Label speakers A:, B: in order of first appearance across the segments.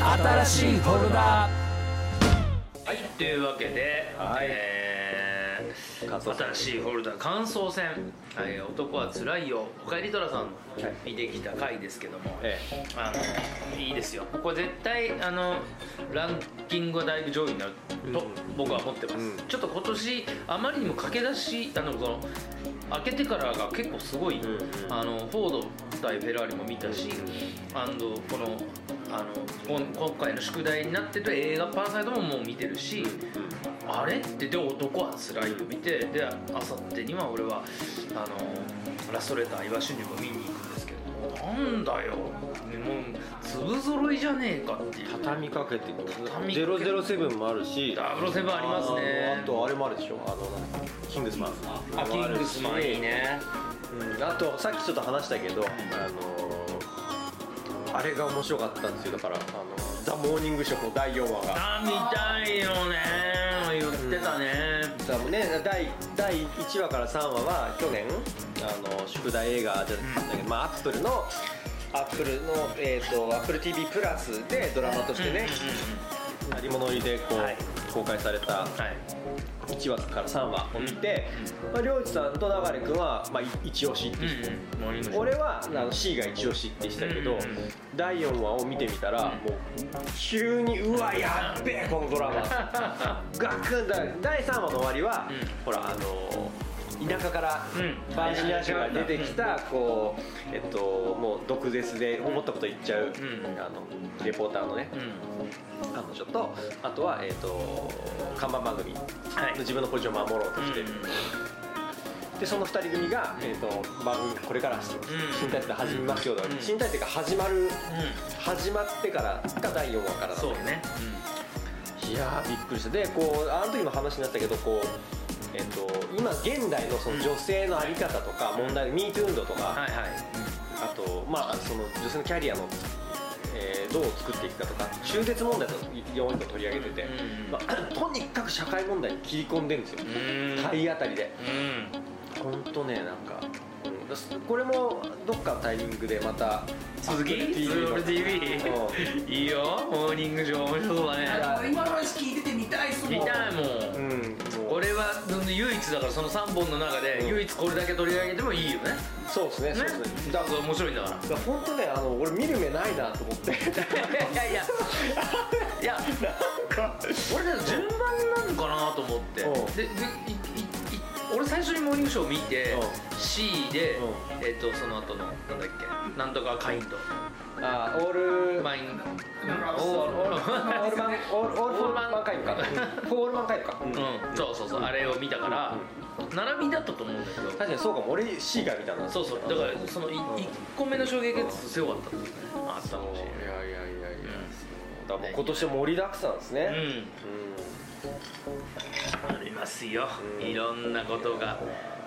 A: 新しいフォルダ
B: はい、というわけで、えー新しいホルダー感想戦、はい男はつらいよ」おかえりトラさん見てきた回ですけども、
C: え
B: あのいいですよこれ絶対あのランキングはだいぶ上位になると僕は思ってます、ちょっと今年あまりにも駆け出しあのその開けてからが結構すごい、あのフォード対フェラーリも見たし、あのこのあのこん今回の宿題になってる映画「パラサイト」ももう見てるし、あれってで男はつらいを見てであさってには俺はあのラストレター岩シュニも見に行くんですけどなんだよもう粒揃いじゃねえかっていう
C: 畳みかけてくる
B: 畳みかけ
C: 007もあるし
B: ダブルセブンありますね
C: あとあれもあるでしょあのなんだっけキングスマン
B: あキングスマンいいね
C: うんあとさっきちょっと話したけどあのーあれが面白かったんですよだからあの「ザ・モーニングショー」の第4話が
B: あ見たいよね言ってたね、
C: だからね第第1話から3話は去年あの宿題映画じゃなったけど、まあアップルのアップルのえっ、とアップル TV プラスでドラマとしてねありもの入りでこう、
B: はい
C: 公開された
B: はい
C: 1話から3話を見て、まあ、りょうちさんと流れ君は、まあ、い一押しっていう人、
B: うんうんモーニングショー
C: 俺はあの C が一押しってしたけど、
B: うんうん
C: 第4話を見てみたら、もう急にうわやっべえこのドラマ ガクンだ第3話の終わりは、
B: うん
C: ほらあのー田舎から、
B: うん
C: バージニア州から出てきた、こうえっともう毒舌で思ったこと言っちゃう、
B: ん
C: あのレポーターのね、
B: うん
C: 彼女とあとはえっと看板番組の
B: はい
C: 自分のポジションを守ろうとしてる、でその2人組が、えー、と番組これから新体制始めますよと、
B: ん
C: 新体制が始まる
B: う
C: 始まってからが第4話からなんの
B: そうね
C: いやーびっくりしたでこうあの時も話になったけどこうえっ、と今現代のその女性の在り方とか問題、ミート運動とか、
B: うんはいはい
C: あとまあその女性のキャリアの、えーどう作っていくかとか中絶問題と4話取り上げてて、
B: うん
C: まあ、 とにかく社会問題に切り込んでるんですよ、
B: うん
C: 体当たりで。
B: うん
C: 本当ねなんか、うんだすこれもどっかのタイミングでまた
B: 続き
C: Apple TV の
B: Apple TV いいよモーニングショー面白そうだね
C: や
A: 今の話聞いてて見たいっすもん
B: 見たいも
C: うんんもう
B: 俺はうん唯一だからその3本の中で
C: うん
B: 唯一これだけ取り上げてもいいよね
C: そうですね
B: ね
C: そうですね
B: だ
C: だ
B: から面白いんだから
C: だ本当ねあの俺見る目ないなと思って
B: いやいやいや俺だと順番なのかなと思って
C: うん
B: ででいいい俺最初に「モーニングショー」見て
C: う
B: C で
C: うん、
B: えっとその後のなんだっけなんとかカインド
C: あーオール
B: マイン
A: ん
B: お
C: オールオールマンオールオール
B: オールマン
C: マンカイブかうんオールマンカイブか、うん
B: うん、そうそうそう、あれを見たから、並びだったと思うんだけど、
C: 確かにそうかも俺 C が見たな
B: そうそう、だから、そのい、一個目の衝撃が強かったっていうね、あったかもしれ
C: いやいやいやいやだからも
B: ね
C: う今年は盛りだくさんですね
B: ない。うん、ありますよ、いろんなことが。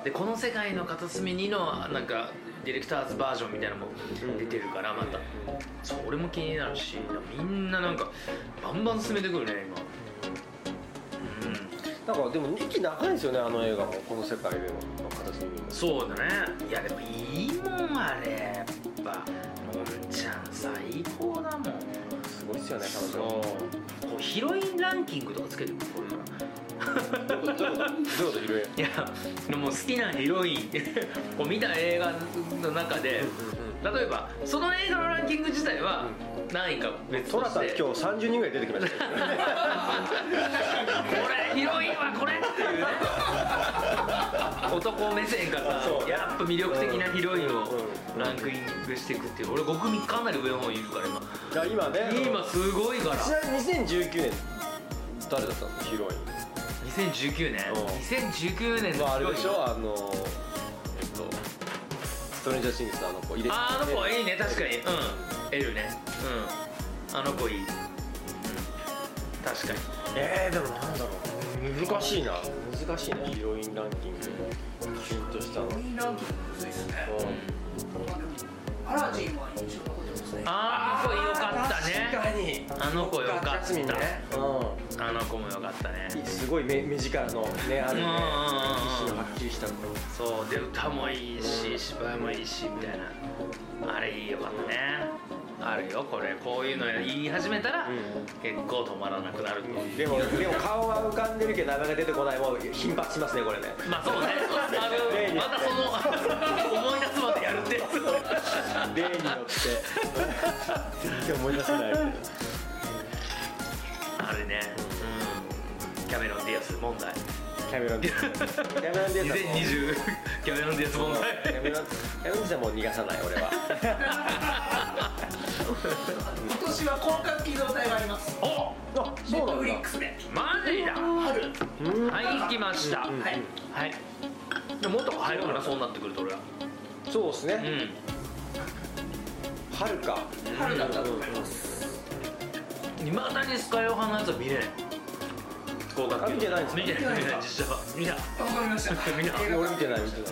B: で、この世界の片隅にの、なんか、ディレクターズバージョンみたいなのも出てるから、また。そう、俺も気になるし、みんななんか、バンバン進めてくるね、今。うん、
C: うんなんかでも息長いですよねあの映画もこの世界での片隅にも
B: そうだねいやでもいいもんあれやっぱのんちゃん最高だもん
C: すごいっすよね彼
B: そう
C: 女
B: こうヒロインランキングとかつけてくるこれか
C: ど
B: ら
C: ういうこと昼
B: いやでも好きなヒロインこう見た映画の中で例えばその映画のランキング自体は何位か別
C: ト
B: と
C: ラ
B: し
C: さん
B: て
C: 今日30人ぐらい出てきましたよ
B: これヒロインはこれっていうね男目線からさ
C: そう
B: やっぱ魅力的なヒロインを
C: うん
B: ランクイングしていくっていう俺5組かなり上の方いるから今
C: いや今ね
B: 今すごいから
C: ちなみに2019年誰だったのヒロイン
B: 2019年
C: うん
B: 2019
C: ま
B: 年の
C: ああ
B: ヒ
C: れ
B: ロイ
C: でしょ
B: ン
C: あのえっとストレンジャーシングスのあの子入れて
B: あの子いいね確かにうん L ねうんあの子いいうん確かに
C: えー、でもなんだろう難しいな難しいなヒロインランキングキュンとしたの
A: インランキングむずいですねアラジンは印象残ってますね
B: あの子よかったね
C: かに
B: あの子よかった
C: ジャスミンね、う
B: あの子もよかったね
C: ん、すごい目目力のねあ
B: う
C: るね意志
B: んうんうんうん
C: のはっきりしたの
B: そうで歌もいいし芝居もいいしみたいなあれいいよかったねあるよこれこういうの言い始めたら
C: うん
B: 結構止まらなくなるという
C: でもでも顔は浮かんでるけどなかなか出てこないもう頻発しますねこれね
B: まあそうねあ のまたその思い出すまでやるってやつ
C: 例によって全然思い出せない
B: あれね、うん、キャメロン・ディアス問題
C: キャメロン・ディアスキャメロン・ディアスはもう
B: 2020キャメロン・ディアス問題
C: キャメロン・ディアスはもう逃がさない俺は
A: 今年は広角機動隊があります
B: お
C: あ
A: ネットフリックスで
B: マジだ
A: 春
C: うん
B: はい行きました、
C: うん
A: はい
B: はいでももっと入るかなそうなってくると俺は
C: そうです
B: う
C: ね、
B: ん
C: 春か
A: 春だったと思います
B: いまだにスカイオハのやつは見れない合格
C: あ見てないんですか
B: 見てない見てない実写は見た
A: わかりました
B: 見な
A: 映
C: いや
A: 画
C: 俺
A: 館
C: 見てない見てない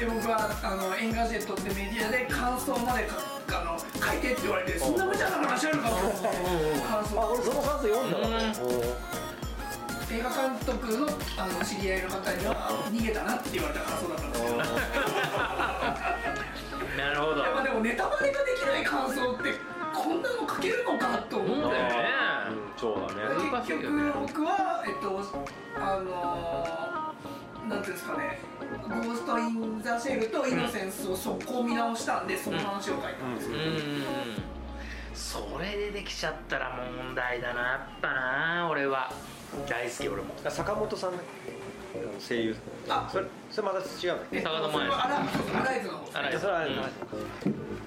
A: で僕はあのエンガジェットってメディアで感想までかあの書いてって言われてそんな無茶な話あるかと思って感想
C: あ俺その感想読んだわ
A: 映画監督のあの知り合いの方には逃げたなって言われた感想だったんですけど
B: なるほど
A: やっぱでもネタバレができない感想ってこんなの書けるのかと思
B: そう
A: っ
B: だ
A: て
B: よね
C: うんそうだね
B: 難しい
A: 結
B: よね
A: 局僕はえっとあのー、なんていうんですかね「ゴースト・イン・ザ・シェル」と「イノセンス」を速攻見直したんでその話を書いたんです
B: う
A: よ、
B: んそれでできちゃったらもう問題だなやっぱな俺は大好き俺も
C: 坂本さんねあの声優
A: あ
C: それそれまた違うの
A: えっと
B: 高田
A: そ
B: 真綾
A: れはアラアライズの方
B: 荒井
C: そ
B: さ
C: れ
B: ん
C: はあ
B: う
C: れ
B: ん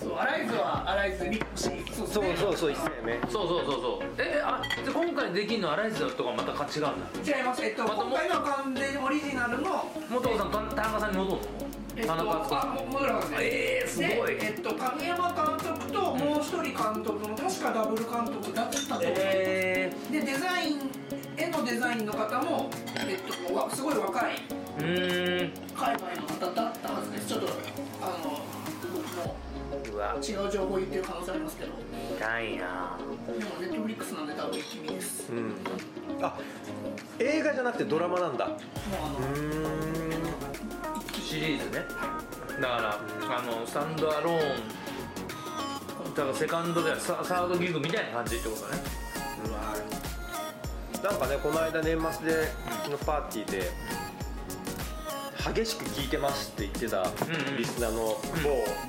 A: そうアライズはアライズにそう
C: そう
A: ですね
C: そうそう一斉ね
B: そうそうそうそうえあで今回できるの荒井さんとかまた違うんだ
A: 違いますえっと
B: またも
A: 今回の完全オリジナルの
B: 元子さん田田中さんに戻る
A: え
B: の
A: っ
B: 田
A: と、あ
B: 中敦子さん
A: もう戻らなかった
B: えーすごい
A: でえっと、影山監督ともう一人監督の確かダブル監督だったと思う、
B: え
A: でデザイン絵のデザインの方も、えっと、わすごい若い
B: ーうーん
A: 海外の方だったはずですちょっとあの僕
B: うわ
A: も違う情報言ってる可能性ありますけどで
B: 痛いな
A: もネットフリックスなんで多分一気見ですもう
C: うんあ映画じゃなくてドラマなんだ
A: あの、
C: うーん
B: シリーズねだからあのスタンドアローンだからセカンドではササードギグみたいな感じってことだね
C: なんかねこの間年末でのパーティーで激しく聞いてますって言ってた
B: うん
C: リスナーの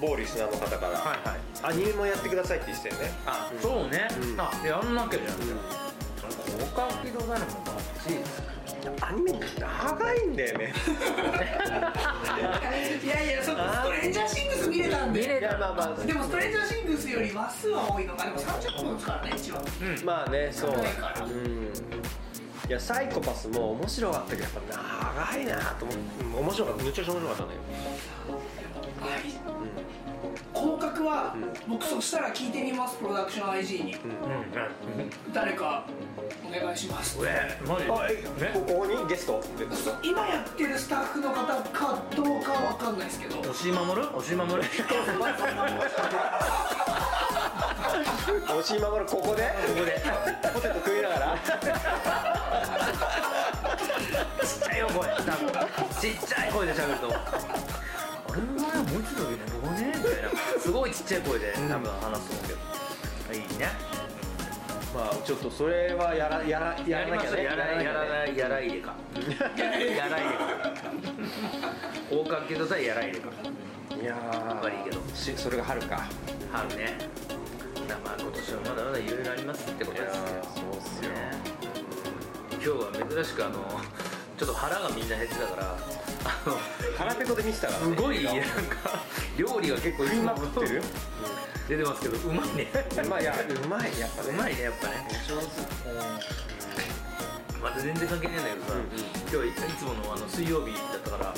C: 某某リスナーの方から
B: いはい
C: アニメもやってくださいって言ってたよね
B: あそうね
C: うん
B: あやんなきゃじゃん効果起き動画のもバッチリ
C: アニメ長いんだよね
A: いやいやそっかストレンジャーシングス見れたん
B: 見
A: で
B: れ
C: いや
B: た
C: まあまあ
A: でもストレンジャーシングスより話数は多いのがでも30分ですからね一応
B: うん
C: まあねそう
A: 長いから
C: うんいやサイコパスも面白かったけどやっぱ長いなと思ってうん面白かっためちゃくちゃ面白かったね
A: はい広角は、僕そしたら聞いてみますプロダクション IG に、
B: うん
A: 誰かお願いします
B: うんえマジ
C: あえ
B: ね
C: ここにゲスト で
A: そう今やってるスタッフの方かどうかは分かんないですけど
B: 押し守る押し守 る
C: 押し守るここで
B: ここで
C: ポテト食いながら
B: ちっちゃいよ声多分ちっちゃい声で喋ると思うあれの前はもうちょっと上ねここねみたいなすごいちっちゃい声で多分話すと思うけど、いいね
C: まあちょっとそれはやらやらや
B: やり
C: らな
B: ま
C: き
B: し
C: ゃ
B: ょう
C: ね
B: やら
C: なきゃね
B: やらないやらいでかやらいでか大かけどさやらいでか
C: いやー
B: 悪いけど
C: しそれが春か
B: はるねだからまあ今年はまだまだいろいろありますってことですね
C: そうっす
B: ね今日は珍しくあのちょっと腹がみんな減ってたからあの
C: 腹ペコで見てたからね
B: すごい
C: 映画
B: なんか料理が結構い
C: 食い
B: つも
C: まくってるよ
B: 出てますけどうまいね
C: うまいいやうまいやっぱね
B: うまいねやっぱね
C: 上手
B: また全然関係ないんだけどさ、今日いつものあの水曜日だったから、
C: ん
B: あの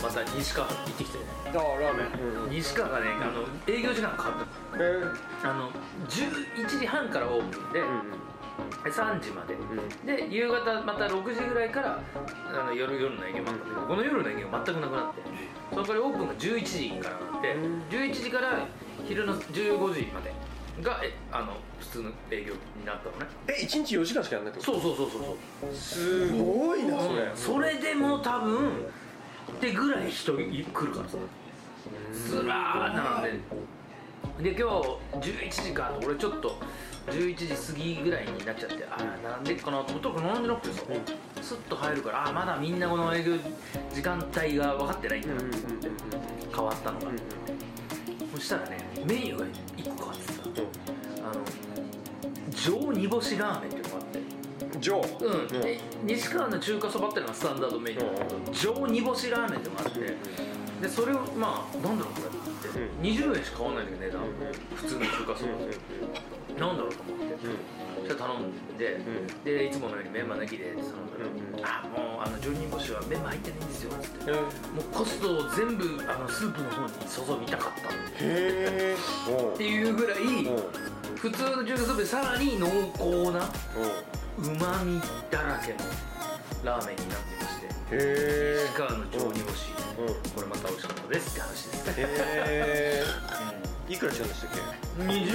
B: また西川行ってきてね
C: あーラーメンうんうん
B: 西川がねあの営業時間変わっ
C: えー
B: たあの11時半からオープンで、3時まで、
C: ん
B: で夕方また6時ぐらいからあの夜夜の営業もあったんだけどこの夜の営業全くなくなってそれからオープンが11時からなって、
C: うん
B: 11時から昼の15時までがえあの普通の営業になったのね
C: え一日4時間しかやんないってこと
B: そうそうそうそうそう
C: すごいなそれ、
B: それでも多分ってぐらい人い来るからさずらー並んでで今日11時か俺ちょっと11時過ぎぐらいになっちゃってああ並んでっかなと思ったら並んでなくてさスッと入るからああまだみんなこの営業時間帯が分かってないんだな変わったのが、そしたらねメニューが1個変わってさあの上煮干しラーメンっていうのがあって
C: ジョー
B: うん、で西川の中華そばってのがスタンダードメニューなんだけど、上煮干しラーメンってのがあって、でそれをまあなんだろうこれって、
C: うん
B: 20円しか変わんないんだけど値段、普通の中華そば、なんだろうと思って、そしたら頼んで、
C: ん
B: でいつものようにメンマ抜きでって頼んだら、あもうあの上煮干しはメンマ入ってないんですよっつって、もうコストを全部あのスープの方に注ぎたかったっ
C: へえおう
B: ていうぐらい、
C: おう
B: 普通の中華そばでさらに濃厚な
C: おう
B: うまみだらけのラーメンになっていまして
C: へえ
B: 石川の上煮干し
C: うん
B: これまた美味しかったですって話です、
C: へえいくらしたんでしたっけ
B: うん、20円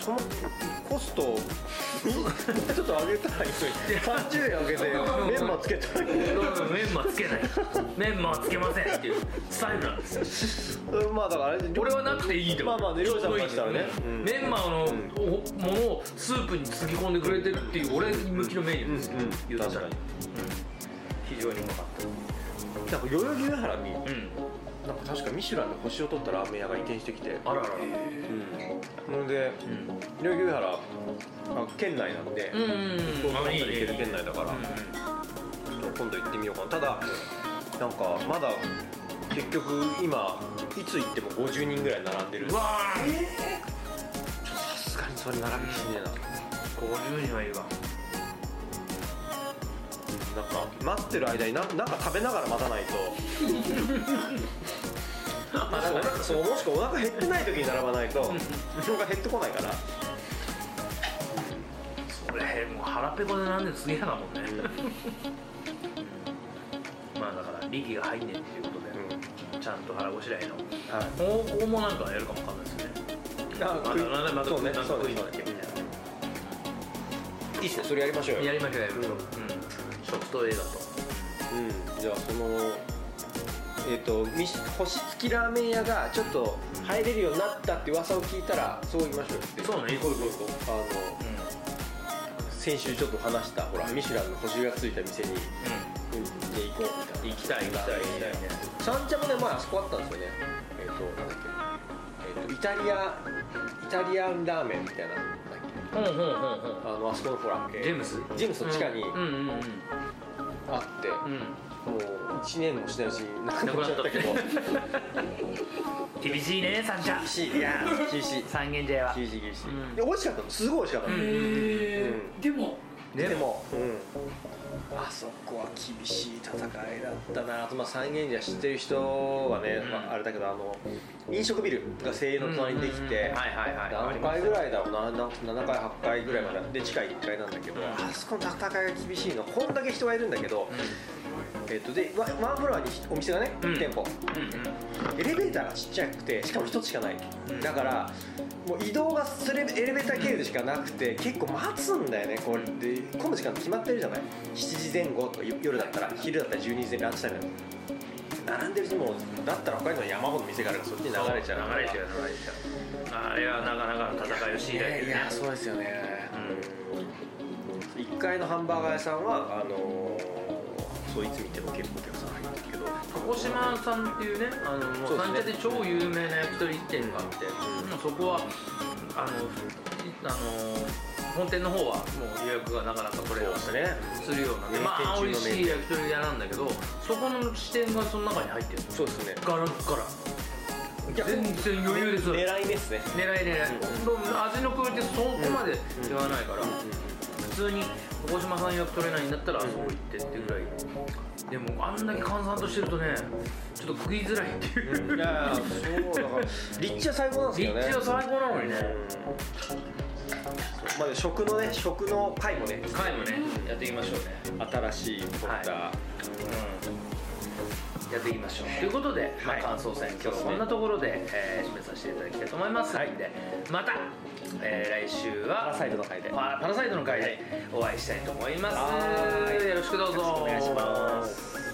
C: そのコストを ちょっと上げたらいいのに30円上げ てメンマつけたらいいのに
B: メンマつけないメンマはつけませんっていうスタイルなんですよ
C: うんまあだからあれ
B: 俺はなくていいと
C: まあまあね両者から
B: い
C: したらねうん
B: メンマのおものをスープにつぎ込んでくれてるっていう俺向きのメニューですよ、
C: うんうん
B: 言ったら、う
C: 確
B: ん
C: か、
B: 非常にうまかっ
C: なんか代々木上原になん
B: たうん
C: か確かミシュランで星を取ったラーメン屋が移転してきて
B: あららら、
C: それで
B: うん
C: 代々木上原あ県内なんで
B: うん
C: 福岡
B: あ
C: まで
B: いい
C: 行
B: ね
C: ける県内だからちょっと今度行ってみようかなただなんかまだ結局今いつ行っても50人ぐらい並んでる
B: うんうわー
C: さすがにそれ並びきしねえな
B: 50人はいるわ
C: なんか待ってる間にななんか食べながら待たないとなんかそうもしくはお腹減ってない時に並ばないと人が減ってこないから
B: それもう腹ペコでなんでるのすげえなもんね、 まあだから力が入んねえっていうことで、ちゃんと腹ごしらえの
C: はい
B: 方向もなんかやるかもわかんないですね
C: あ
B: まだまだまだ
C: そうね
B: まだ
C: そう
B: 食い
C: ね
B: に行ってみたい
C: いいっすねそれやりましょう
B: な
C: よ
B: やりましょうやりましょう、うん、食と映画と
C: うんじゃあそのえっ、とみし星付きラーメン屋がちょっと入れるようになったって噂を聞いたらそう言いましょうよって
B: そうね行こう行こう行こう
C: あの先週ちょっと話したほらミシュランの星がついた店に
B: う、
C: うんで行こうみたいなん
B: うん、行きたい行きたい行きたいね
C: 三茶もね前あそこあったんですよねえっ、となんだっけえっ、とイタリアイタリアンラーメンみたいななんだっけ
B: ほんほんほんほん
C: あのあそこのほら、えー
B: ジェームス
C: ジェームスの地下に
B: うんうんうん
C: あって、
B: うんうん
C: もう1年もしないうちになくなっちゃったけど
B: なく厳しいね三茶
C: 厳し いいや厳しい
B: 三軒茶屋は
C: 厳しい厳しい、
B: うん
C: で美味しかったのすごい美味しかったの、
B: うん
A: えーでも
C: でも、うん、あそこは厳しい戦いだったなと、まあ、三軒茶知ってる人はね、
B: うん
C: まあ、あれだけどあの飲食ビルが声優の隣にできて、
B: うんうんうんはいはいはい
C: 何階ぐらいだろうなな7階8階ぐらいまでで地下1階なんだけど、
B: うん
C: あそこの戦いが厳しいのこんだけ人がいるんだけど、えっとでワワンフロアにお店がね、
B: うん
C: 店舗エレベーターがちっちゃくてしかも1つしかない、
B: うん
C: だからもう移動がするエレベーター経由でしかなくて結構待つんだよねこれで混む時間決まってるじゃない7時前後とかよ夜だったら昼だったら12時前ランチタイム並んでる時もだったら他にも山ほど店があるからそっちに流れちゃう
B: 流れちゃう流れちゃうあれはなかなかの戦いを強いられて
C: い
B: るね
C: やいやそうですよね、1階のハンバーガー屋さんはあのーそういつ見ても結構お客さん入ってるけど
B: 鹿児島さんっていうねあのもう
C: そう
B: 三
C: で
B: 茶
C: すね
B: で超有名な焼き鳥店があって、
C: うん
B: もうそこはあのいあの本店の方はもう予約がなかなか取れなかったり
C: ね
B: するようになって、
C: 名
B: まあ
C: 店中の
B: 美
C: 名
B: 味
C: 店
B: しい焼き鳥屋なんだけどそこの支店がその中に入ってる
C: そうですね
B: ガラッガラ全然余裕です
C: 狙いですね
B: 狙い狙い、味のクオリティそこまで言わないから、普通に鹿児島さん予約取れないんだったらあそこ行ってってぐらいでもあんだけ閑散としてるとねちょっと食いづらいっていう、
C: いやそうだから立地は最高なんですよね
B: 立地は最高なのにね
C: まあ、食のね食の回もね
B: 回もねやっていきましょうね
C: 新しい取った、
B: うんやっていきましょうということで、まあ、
C: はい
B: 感想戦今日はこんなところで、えー締めさせていただきたいと思います、はい、でまた、えー来週
C: パ
B: は
C: ラサイトの回で
B: パパラサイトの回でお会いしたいと思います、
C: はい
B: よろしくどうぞ
C: よろしくお願いします